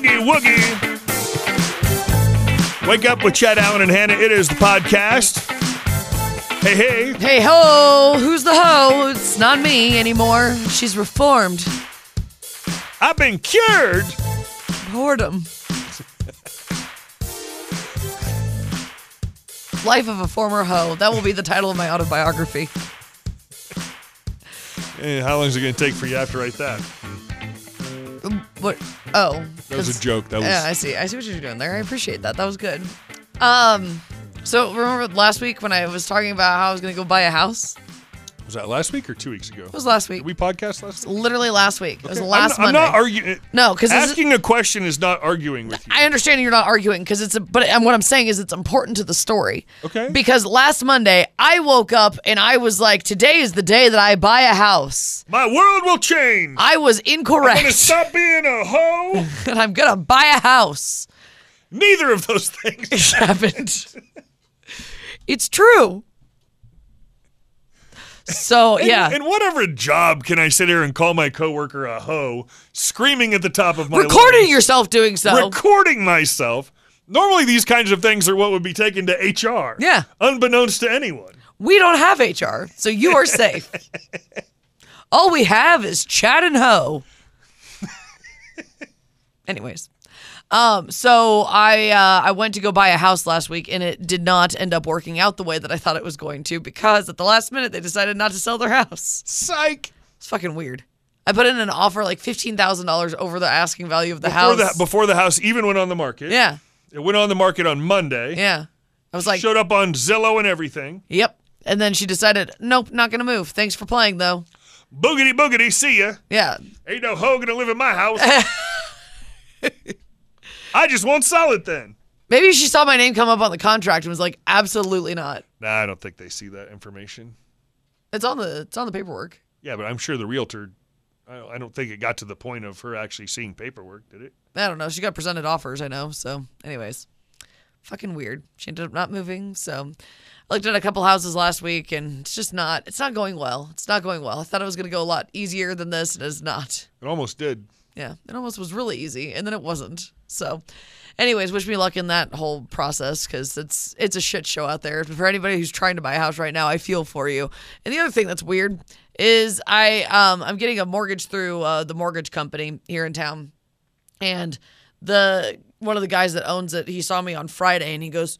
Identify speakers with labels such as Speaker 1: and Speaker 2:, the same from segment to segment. Speaker 1: Woogie. Wake up with Chad Allen and Hannah. It is the podcast. Hey, hey.
Speaker 2: Hey ho, who's the hoe? It's not me anymore. She's reformed.
Speaker 1: I've been cured.
Speaker 2: Boredom. Life of a former hoe. That will be the title of my autobiography.
Speaker 1: Eh, how long is it going to take for you after write that?
Speaker 2: What? Oh,
Speaker 1: That was a joke. That was.
Speaker 2: Yeah, I see. I see what you're doing there. I appreciate that. That was good. Um, so remember last week when I was talking about how I was gonna go buy a house? It
Speaker 1: was that last week or two weeks ago?
Speaker 2: was last week.
Speaker 1: Did we podcast last week?
Speaker 2: Literally last week. It was
Speaker 1: Okay.
Speaker 2: last
Speaker 1: I'm, I'm
Speaker 2: Monday.
Speaker 1: not arguing.
Speaker 2: no, because
Speaker 1: Asking a question is not arguing with you.
Speaker 2: I understand you're not arguing because it's a, but and what I'm saying is it's important to the story.
Speaker 1: Okay.
Speaker 2: Because last Monday I woke up and I was like, today is the day that I buy a house.
Speaker 1: My world will change.
Speaker 2: I was
Speaker 1: I'm going to
Speaker 2: incorrect,
Speaker 1: stop being a hoe.
Speaker 2: and I'm gonna buy a house.
Speaker 1: Neither of those things.
Speaker 2: It happened. it's true. So
Speaker 1: And-
Speaker 2: yeah,
Speaker 1: And whatever job can I sit here and call my coworker a hoe, screaming at the top of my
Speaker 2: recording
Speaker 1: lungs,
Speaker 2: yourself doing so.
Speaker 1: recording myself. Normally, these kinds of things are what would be taken to HR.
Speaker 2: Yeah.
Speaker 1: unbeknownst to anyone.
Speaker 2: we don't have HR, so you are safe. All we have is chat and hoe. Anyways, um, so I uh, I went to go buy a house last week, and it did not end up working out the way that I thought it was going to because at the last minute they decided not to sell their house.
Speaker 1: Psych.
Speaker 2: It's fucking weird. I put in an offer like fifteen thousand dollars over the asking value of the
Speaker 1: Before
Speaker 2: house.
Speaker 1: the, before the house even went on the market.
Speaker 2: yeah,
Speaker 1: it went on the market on Monday.
Speaker 2: yeah. I was like,
Speaker 1: showed up on Zillow and everything.
Speaker 2: yep. And then she decided, nope, not gonna move. Thanks for playing though.
Speaker 1: Boogity boogity, see ya.
Speaker 2: Yeah,
Speaker 1: Ain't no hoe gonna live in my house. I just won't sell it then.
Speaker 2: Maybe she saw my name come up on the contract and was like, "Absolutely not."
Speaker 1: Nah, I don't think they see that information.
Speaker 2: It's on the it's on the paperwork.
Speaker 1: Yeah, but I'm sure the realtor. I don't, I don't think it got to the point of her actually seeing paperwork, did it?
Speaker 2: I don't know. She got presented offers, I know. So, anyways, fucking weird. She ended up not moving. So, I looked at a couple houses last week, and it's just not. It's not going well. It's not going well. I thought it was gonna go a lot easier than this, and it's not.
Speaker 1: It almost did.
Speaker 2: Yeah, it almost was really easy, and then it wasn't. So, anyways, wish me luck in that whole process because it's it's a shit show out there. For anybody who's trying to buy a house right now, I feel for you. And the other thing that's weird is I um I'm getting a mortgage through uh, the mortgage company here in town, and the one of the guys that owns it, he saw me on Friday, and he goes.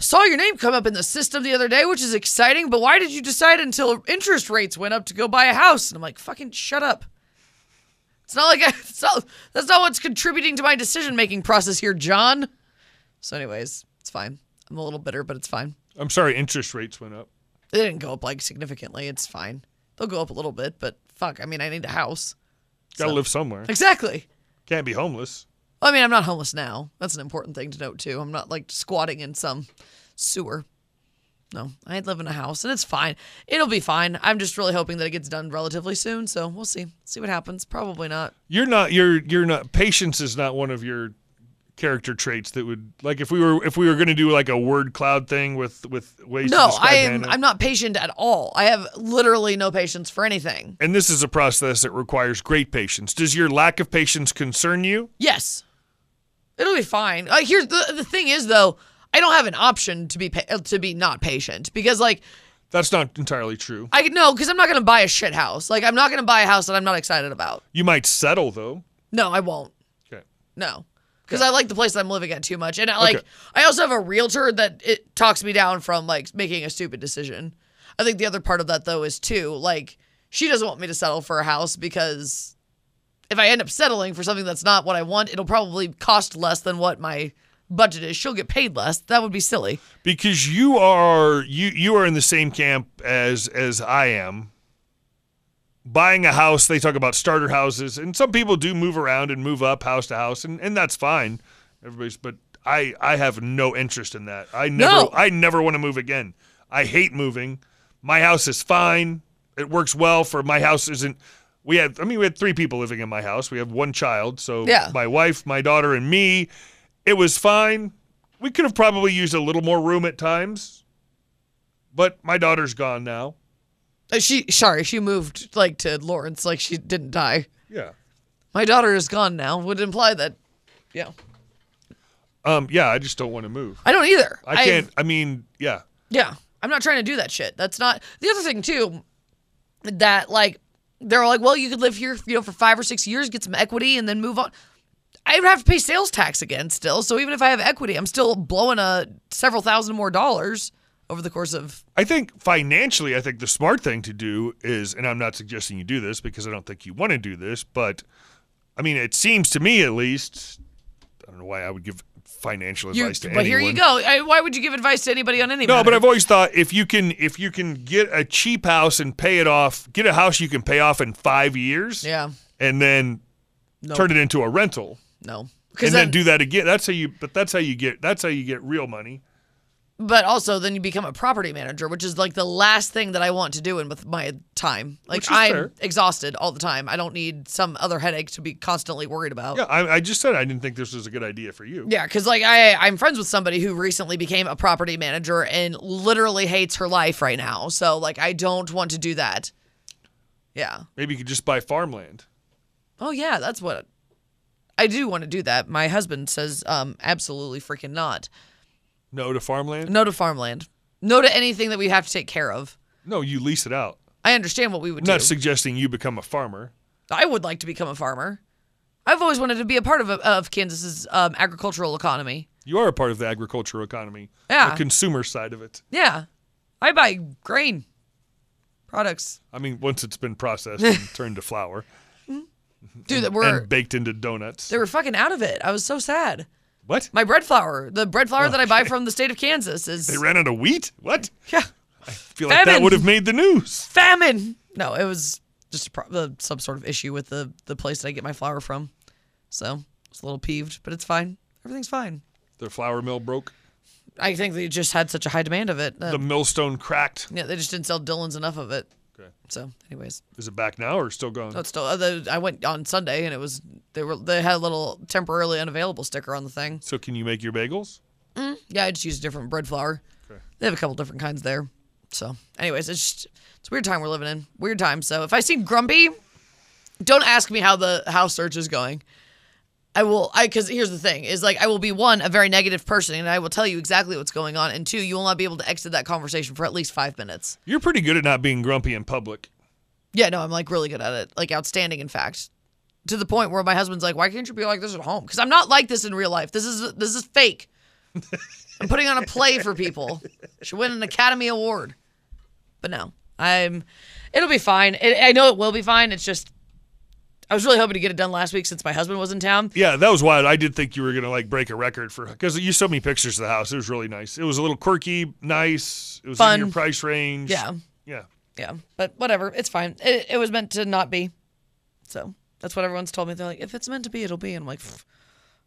Speaker 2: Saw your name come up in the system the other day, which is exciting, but why did you decide until interest rates went up to go buy a house? And I'm like, fucking shut up. It's not like I, it's not, that's not what's contributing to my decision making process here, John. So, anyways, it's fine. I'm a little bitter, but it's fine.
Speaker 1: I'm sorry, interest rates went up.
Speaker 2: They didn't go up like significantly. It's fine. They'll go up a little bit, but fuck. I mean, I need a house.
Speaker 1: Gotta
Speaker 2: So-
Speaker 1: live somewhere.
Speaker 2: Exactly.
Speaker 1: Can't be homeless.
Speaker 2: I mean, I'm not homeless now. That's an important thing to note too. I'm not like squatting in some sewer. No, I live in a house, and it's fine. It'll be fine. I'm just really hoping that it gets done relatively soon. So we'll see. See what happens. Probably not.
Speaker 1: You're not. You're. You're not. Patience is not one of your character traits that would like if we were if we were gonna do like a word cloud thing with with ways to
Speaker 2: No,
Speaker 1: describe
Speaker 2: I am.
Speaker 1: Hannah.
Speaker 2: I'm not patient at all. I have literally no patience for anything.
Speaker 1: and this is a process that requires great patience. Does your lack of patience concern you?
Speaker 2: Yes, it'll be fine. Uh, here's the the thing is though, I don't have an option to be pa- uh, to be not patient because like
Speaker 1: That's not entirely true.
Speaker 2: I no because I'm not gonna buy a shit house. Like I'm not gonna buy a house that I'm not excited about.
Speaker 1: You might settle though.
Speaker 2: No, I won't.
Speaker 1: Okay.
Speaker 2: No. Because I like the place that I'm living at too much, and I like
Speaker 1: Okay.
Speaker 2: I also have a realtor that it talks me down from like making a stupid decision. I think the other part of that though is too like she doesn't want me to settle for a house because if I end up settling for something that's not what I want, it'll probably cost less than what my budget is. She'll get paid less. That would be silly.
Speaker 1: because you are you you are in the same camp as as I am. Buying a house, they talk about starter houses, and some people do move around and move up house to house, and, and that's fine. Everybody's, but I I have no interest in that. I never
Speaker 2: No.
Speaker 1: I never want to move again. I hate moving. My house is fine. It works well for my house. Isn't we had? I mean, we had three people living in my house. We have one child, so
Speaker 2: Yeah.
Speaker 1: my wife, my daughter, and me. It was fine. We could have probably used a little more room at times, but my daughter's gone now.
Speaker 2: Uh, She sorry, she moved like to Lawrence, like she didn't die.
Speaker 1: Yeah.
Speaker 2: My daughter is gone now would imply that Yeah.
Speaker 1: Um, yeah, I just don't want to move.
Speaker 2: I don't either.
Speaker 1: I can't. I mean, yeah,
Speaker 2: Yeah. I'm not trying to do that shit. That's not the other thing too, that like they're like, well, you could live here, you know, for five or six years, get some equity, and then move on. I would have to pay sales tax again still. So even if I have equity, I'm still blowing a several thousand more dollars over the course of
Speaker 1: I think financially, I think the smart thing to do is, and I'm not suggesting you do this because I don't think you want to do this, but I mean, it seems to me at least, I don't know why I would give financial
Speaker 2: you.
Speaker 1: advice to
Speaker 2: But
Speaker 1: anyone.
Speaker 2: here you go. I, why would you give advice to anybody on any?
Speaker 1: No, but
Speaker 2: matter?
Speaker 1: I've always thought if you can if you can get a cheap house and pay it off, get a house you can pay off in five years,
Speaker 2: yeah,
Speaker 1: and then
Speaker 2: No.
Speaker 1: turn it into a rental,
Speaker 2: no, because
Speaker 1: and then,
Speaker 2: then,
Speaker 1: do that again. That's how you. But that's how you get. That's how you get real money.
Speaker 2: but also then you become a property manager, which is like the last thing that I want to do in with my time. Like
Speaker 1: Which is
Speaker 2: I'm
Speaker 1: fair.
Speaker 2: exhausted all the time. I don't need some other headache to be constantly worried about.
Speaker 1: Yeah, I, I just said I didn't think this was a good idea for you.
Speaker 2: Yeah, because like I, I'm friends with somebody who recently became a property manager and literally hates her life right now. So like I don't want to do that. Yeah.
Speaker 1: Maybe you could just buy farmland.
Speaker 2: Oh yeah, that's what I do want to do that. My husband says um absolutely freaking not.
Speaker 1: No to farmland.
Speaker 2: No to farmland. No to anything that we have to take care of.
Speaker 1: No, you lease it out.
Speaker 2: I understand what we would
Speaker 1: I'm not
Speaker 2: do.
Speaker 1: suggesting you become a farmer.
Speaker 2: I would like to become a farmer. I've always wanted to be a part of of Kansas's um, agricultural economy.
Speaker 1: You are a part of the agricultural economy.
Speaker 2: Yeah.
Speaker 1: The consumer side of it.
Speaker 2: Yeah. I buy grain products.
Speaker 1: I mean, once it's been processed and turned to flour
Speaker 2: Dude, that were
Speaker 1: and baked into donuts.
Speaker 2: They were fucking out of it. I was so sad.
Speaker 1: What?
Speaker 2: My bread flour, the bread flour that I buy from the state of Kansas is
Speaker 1: Oh, They ran out of wheat? What?
Speaker 2: yeah,
Speaker 1: I feel like that
Speaker 2: Famine.
Speaker 1: would have made the news.
Speaker 2: famine. No, it was just a pro- uh, some sort of issue with the the place that I get my flour from. So I was a little peeved, but it's fine. Everything's fine.
Speaker 1: Their flour mill broke.
Speaker 2: I think they just had such a high demand of it. that-
Speaker 1: The millstone cracked.
Speaker 2: yeah, they just didn't sell Dylan's enough of it.
Speaker 1: Okay.
Speaker 2: So, anyways,
Speaker 1: Is it back now or still gone?
Speaker 2: but still, uh, the, I went on Sunday and it was they were they had a little temporarily unavailable sticker on the thing.
Speaker 1: So can you make your bagels?
Speaker 2: Yeah, I just use different bread flour. They have a couple different kinds there. So, anyways, it's just it's a weird time we're living in. Weird time. So, if I seem grumpy, don't ask me how the house search is going. I will, I because here's the thing is like I will be one a very negative person, and I will tell you exactly what's going on, and two, you will not be able to exit that conversation for at least five minutes.
Speaker 1: You're pretty good at not being grumpy in public.
Speaker 2: Yeah, no, I'm like really good at it, like outstanding, in fact, to the point where my husband's like, "Why can't you be like this at home?" Because I'm not like this in real life. This is this is fake. I'm putting on a play for people. Should win an Academy Award, but no, I'm. It'll be fine. It, I know it will be fine. It's just, I was really hoping to get it done last week since my husband was in town.
Speaker 1: Yeah, that was wild. I did think you were gonna like break a record for because you showed me pictures of the house. It was really nice. It was a little quirky, nice. It was
Speaker 2: Fun.
Speaker 1: in your price range.
Speaker 2: Yeah.
Speaker 1: Yeah.
Speaker 2: Yeah, but whatever. It's fine. It, it was meant to not be, so that's what everyone's told me. They're like, "If it's meant to be, it'll be." I'm like, "Pff,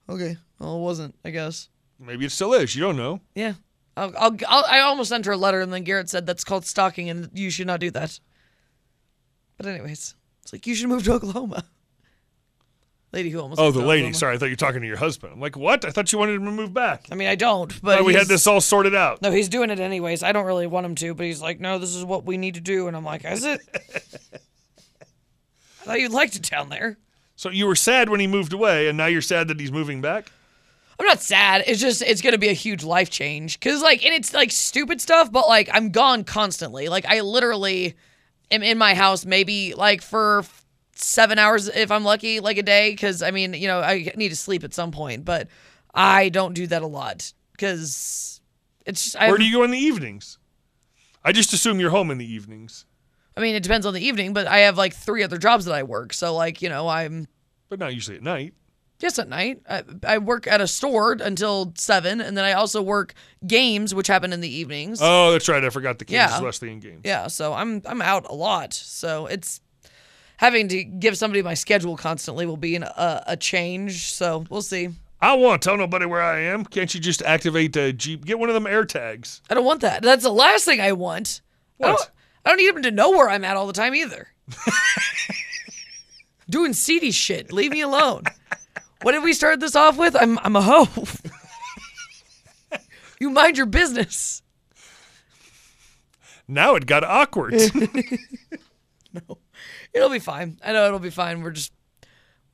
Speaker 2: okay, well, it wasn't, I guess.
Speaker 1: Maybe it still is. You don't know.
Speaker 2: Yeah. I'll, I'll, I'll, I almost sent her a letter, and then Garrett said that's called stalking, and you should not do that. But anyways, it's like you should move to Oklahoma. Lady who almost.
Speaker 1: Oh,
Speaker 2: moved
Speaker 1: the
Speaker 2: to
Speaker 1: lady.
Speaker 2: Oklahoma.
Speaker 1: Sorry, I thought you were talking to your husband. I'm like, what? I thought you wanted him to move back.
Speaker 2: I mean, I don't. But
Speaker 1: Thought we had
Speaker 2: he's-
Speaker 1: this all sorted out.
Speaker 2: No, he's doing it anyways. I don't really want him to, but he's like, no, this is what we need to do, and I'm like, is it? I thought you liked it down there.
Speaker 1: So you were sad when he moved away, and now you're sad that he's moving back.
Speaker 2: I'm not sad. It's just it's gonna be a huge life change. Cause like and it's like stupid stuff, but like I'm gone constantly. Like I literally am in my house maybe like for seven hours if I'm lucky, like a day. Cause I mean, you know, I need to sleep at some point, but I don't do that a lot. Cause it's just, I,
Speaker 1: Where do you go in the evenings? I just assume you're home in the evenings,
Speaker 2: I mean, it depends on the evening, but I have like three other jobs that I work. So like, you know, I'm
Speaker 1: but not usually at night.
Speaker 2: Yes, at night. I, I work at a store until seven, and then I also work games, which happen in the evenings.
Speaker 1: Oh, that's right. I forgot the Kansas
Speaker 2: Yeah.
Speaker 1: Wesleyan games.
Speaker 2: Yeah, so I'm I'm out a lot. So it's having to give somebody my schedule constantly will be an, a a change. So we'll see.
Speaker 1: I won't tell nobody where I am. Can't you just activate a Jeep? Get one of them air tags.
Speaker 2: I don't want that. That's the last thing I want. I
Speaker 1: What?
Speaker 2: don't, I don't need them to know where I'm at all the time either. Doing seedy shit. Leave me alone. What did we start this off with? I'm I'm a hoe. you mind your business.
Speaker 1: Now it got awkward.
Speaker 2: It'll be fine. I know it'll be fine. We're just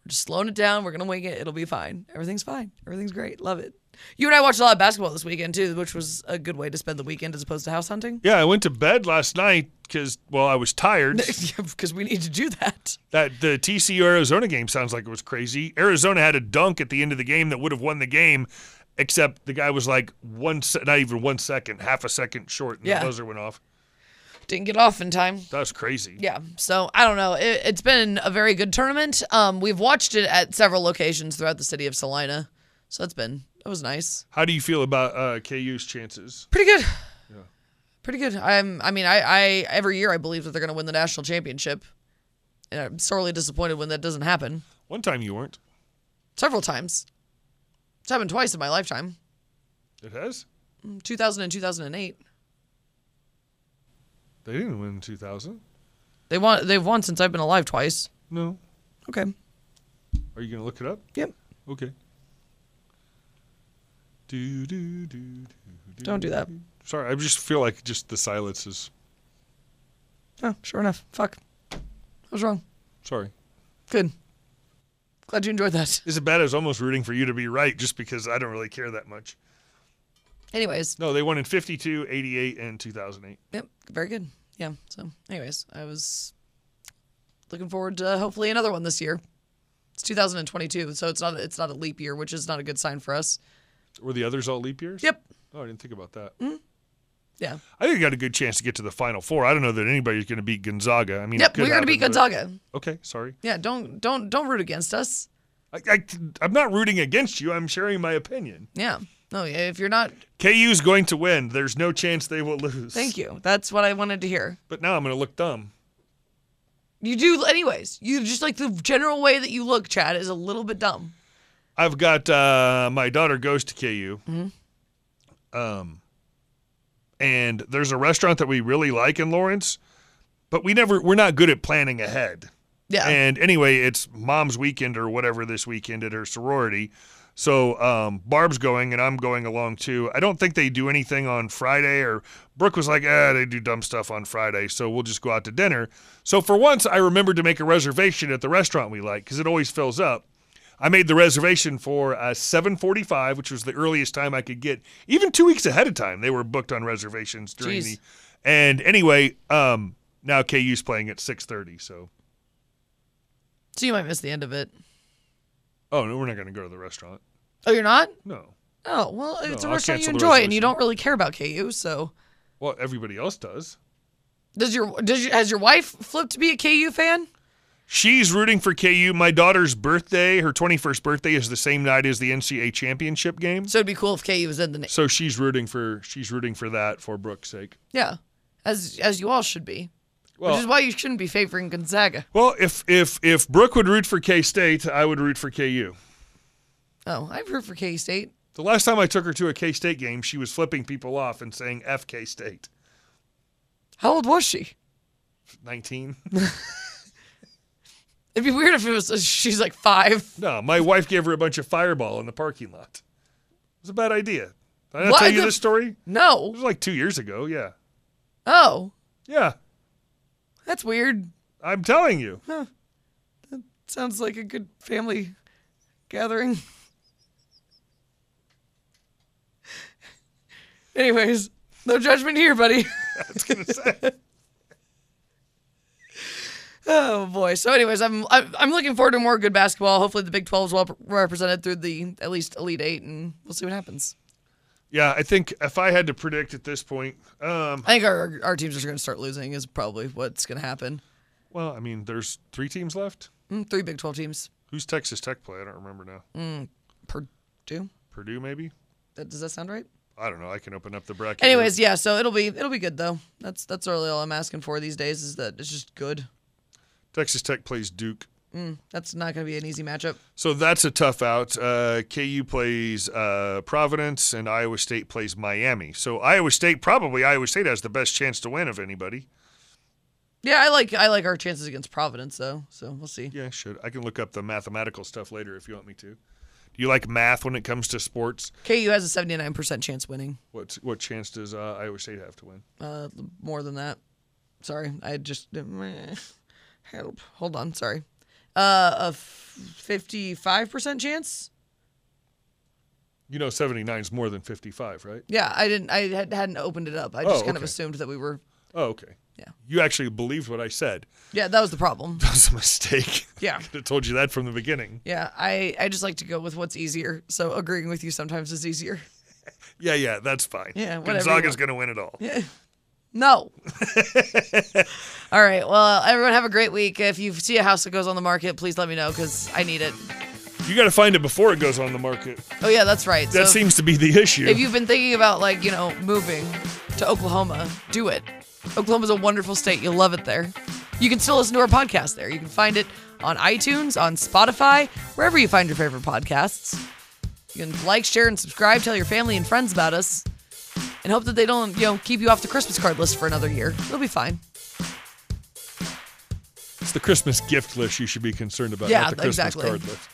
Speaker 2: just slowing it down. We're gonna wing it. It'll be fine. Everything's fine. Everything's great. Love it. You and I watched a lot of basketball this weekend too, which was a good way to spend the weekend as opposed to house hunting.
Speaker 1: Yeah, I went to bed last night because well, I was tired.
Speaker 2: Because we need to do that.
Speaker 1: that the TCU Arizona game sounds like it was crazy. Arizona had a dunk at the end of the game that would have won the game, except the guy was like one, se- not even one second, half a second short, and
Speaker 2: Yeah.
Speaker 1: the buzzer went off.
Speaker 2: Didn't get off in time.
Speaker 1: That was crazy.
Speaker 2: Yeah. So I don't know. It, it's been a very good tournament. Um, we've watched it at several locations throughout the city of Salina. So that's been that was nice.
Speaker 1: How do you feel about uh, KU's chances?
Speaker 2: Pretty good. Pretty good. I'm. I mean, I, I every year I believe that they're going to win the national championship, and I'm sorely disappointed when that doesn't happen.
Speaker 1: One time you weren't.
Speaker 2: Several times. It's happened twice in my lifetime.
Speaker 1: It has.
Speaker 2: 2000 and 2008.
Speaker 1: They didn't win in 2000.
Speaker 2: They won. They've won since I've been alive twice.
Speaker 1: No.
Speaker 2: Okay.
Speaker 1: Are you gonna look it up?
Speaker 2: Yep.
Speaker 1: Okay. Do do do do. do.
Speaker 2: Don't do that.
Speaker 1: Sorry, I just feel like just the silence is.
Speaker 2: Oh, sure enough. Fuck. I was wrong.
Speaker 1: Sorry.
Speaker 2: Good. Glad you enjoyed that.
Speaker 1: Is it bad? I was almost rooting for you to be right just because I don't really care that much.
Speaker 2: Anyways,
Speaker 1: No, they won in 52, 88, and 2008.
Speaker 2: yep, very good. Yeah. So, anyways, I was looking forward to hopefully another one this year. It's 2022, so it's not it's not a leap year, which is not a good sign for us.
Speaker 1: Were the others all leap years?
Speaker 2: Yep. Mm.
Speaker 1: Oh, I didn't think about that.
Speaker 2: Yeah.
Speaker 1: I think I got a good chance to get to the Final Four. I don't know that anybody's going to beat Gonzaga. I mean, it
Speaker 2: Yep.
Speaker 1: could
Speaker 2: We're gonna
Speaker 1: happen,
Speaker 2: beat
Speaker 1: but-
Speaker 2: Gonzaga.
Speaker 1: Okay, sorry.
Speaker 2: Yeah. Don't don't don't root against us.
Speaker 1: I, I, I'm not rooting against you. I'm sharing my opinion.
Speaker 2: Yeah. No. If you're not,
Speaker 1: KU's going to win. There's no chance they will lose.
Speaker 2: thank you. That's what I wanted to hear.
Speaker 1: But now I'm going to look dumb.
Speaker 2: You do, anyways. You just like the general way that you look, Chad, is a little bit dumb.
Speaker 1: I've got uh, my daughter goes to KU. Um, and there's a restaurant that we really like in Lawrence, but we never we're not good at planning ahead.
Speaker 2: Yeah.
Speaker 1: And anyway, it's mom's weekend or whatever this weekend at her sorority. So um, Barb's going and I'm going along too. I don't think they do anything on Friday or Brooke was like, ah, they do dumb stuff on Friday. So we'll just go out to dinner. So for once, I remembered to make a reservation at the restaurant we like because it always fills up. I made the reservation for uh, 7:45, which was the earliest time I could get. Even two weeks ahead of time, they were booked on reservations during
Speaker 2: Jeez.
Speaker 1: the. And anyway, um, now KU's playing at 6:30, so
Speaker 2: so you might miss the end of it.
Speaker 1: Oh no, we're not going to go to the restaurant.
Speaker 2: Oh, you're not?
Speaker 1: No.
Speaker 2: Oh, well, it's
Speaker 1: No, I'll
Speaker 2: a restaurant you
Speaker 1: cancel the
Speaker 2: enjoy, and you
Speaker 1: resolution.
Speaker 2: don't really care about KU. So,
Speaker 1: Well, everybody else does.
Speaker 2: does your does your, has your wife flipped to be a KU fan?
Speaker 1: She's rooting for KU. My daughter's birthday, her 21st birthday, is the same night as the NCAA championship game.
Speaker 2: So it'd be cool if KU was in the name.
Speaker 1: So she's rooting for she's rooting for that for Brooke's sake.
Speaker 2: Yeah, as as you all should be, which is
Speaker 1: Well,
Speaker 2: why you shouldn't be favoring Gonzaga.
Speaker 1: well, if if if Brooke would root for K State, I would root for KU.
Speaker 2: Oh, I've heard for K State.
Speaker 1: The last time I took her to a K State game, she was flipping people off and saying "F K State."
Speaker 2: How old was she?
Speaker 1: 19.
Speaker 2: It'd be weird if it was she's like five.
Speaker 1: no, my wife gave her a bunch of fireball in the parking lot. It was a bad idea. Did I not
Speaker 2: What
Speaker 1: tell you
Speaker 2: the-
Speaker 1: this story? It
Speaker 2: No.
Speaker 1: was like two years ago. Yeah.
Speaker 2: Oh,
Speaker 1: Yeah.
Speaker 2: that's weird.
Speaker 1: I'm telling you.
Speaker 2: Sounds like a good family gathering. Anyways, no judgment here, buddy. Oh boy. So, anyways, I'm I'm I'm looking forward to more good basketball. Hopefully, the Big 12 is well represented through the at least Elite Eight, and we'll see what happens.
Speaker 1: Yeah, I think if I had to predict at this point, um,
Speaker 2: I think our our teams are going to start losing. Is probably what's going to happen.
Speaker 1: well, I mean, there's three teams left.
Speaker 2: Mm, three Big 12 teams.
Speaker 1: Who's Texas Tech play? I don't remember now.
Speaker 2: Purdue.
Speaker 1: Purdue, maybe.
Speaker 2: That, does that sound right?
Speaker 1: I don't know. I can open up the bracket. here.
Speaker 2: Anyways, yeah. So it'll be it'll be good though. That's that's really all I'm asking for these days. Is that it's just good.
Speaker 1: Texas Tech plays Duke,
Speaker 2: That's not going to be an easy matchup.
Speaker 1: so that's a tough out. Uh, KU plays uh, Providence, and Iowa State plays Miami. So Iowa State probably Iowa State has the best chance to win of anybody.
Speaker 2: Yeah, I like I like our chances against Providence though. So we'll see.
Speaker 1: Yeah, should I can look up the mathematical stuff later if you want me to. Do you like math when it comes to sports?
Speaker 2: KU has a 79% chance winning.
Speaker 1: What what chance does uh, Iowa State have to win?
Speaker 2: Uh, more than that. Sorry, I just help. Hold on, sorry. uh, a fifty-five percent chance.
Speaker 1: You know, 79 is more than 55, right?
Speaker 2: Yeah, I didn't. I had, hadn't opened it up. I just
Speaker 1: Oh,
Speaker 2: kind of
Speaker 1: okay.
Speaker 2: assumed that we were.
Speaker 1: Oh, okay.
Speaker 2: Yeah.
Speaker 1: You actually believed what I said.
Speaker 2: Yeah, that was the problem.
Speaker 1: That was a mistake.
Speaker 2: Yeah.
Speaker 1: I could have told you that from the beginning.
Speaker 2: Yeah, I I just like to go with what's easier. So agreeing with you sometimes is easier.
Speaker 1: Yeah, yeah, that's fine.
Speaker 2: Yeah, whatever you
Speaker 1: Gonzaga's
Speaker 2: want.
Speaker 1: going to win it all.
Speaker 2: No. All right. Well, everyone have a great week. If you see a house that goes on the market, please let me know because I need it.
Speaker 1: You got to find it before it goes on the market.
Speaker 2: Oh yeah, that's right.
Speaker 1: That
Speaker 2: so
Speaker 1: seems to be the issue.
Speaker 2: if you've been thinking about like you know moving to Oklahoma, do it. Oklahoma's a wonderful state. You'll love it there. You can still listen to our podcast there. You can find it on iTunes, on Spotify, wherever you find your favorite podcasts. You can like, share, and subscribe. Tell your family and friends about us, and hope that they don't you know keep you off the Christmas card list for another year. It'll be fine.
Speaker 1: it's the Christmas gift list you should be concerned about,
Speaker 2: Yeah,
Speaker 1: not the Christmas
Speaker 2: exactly.
Speaker 1: card list.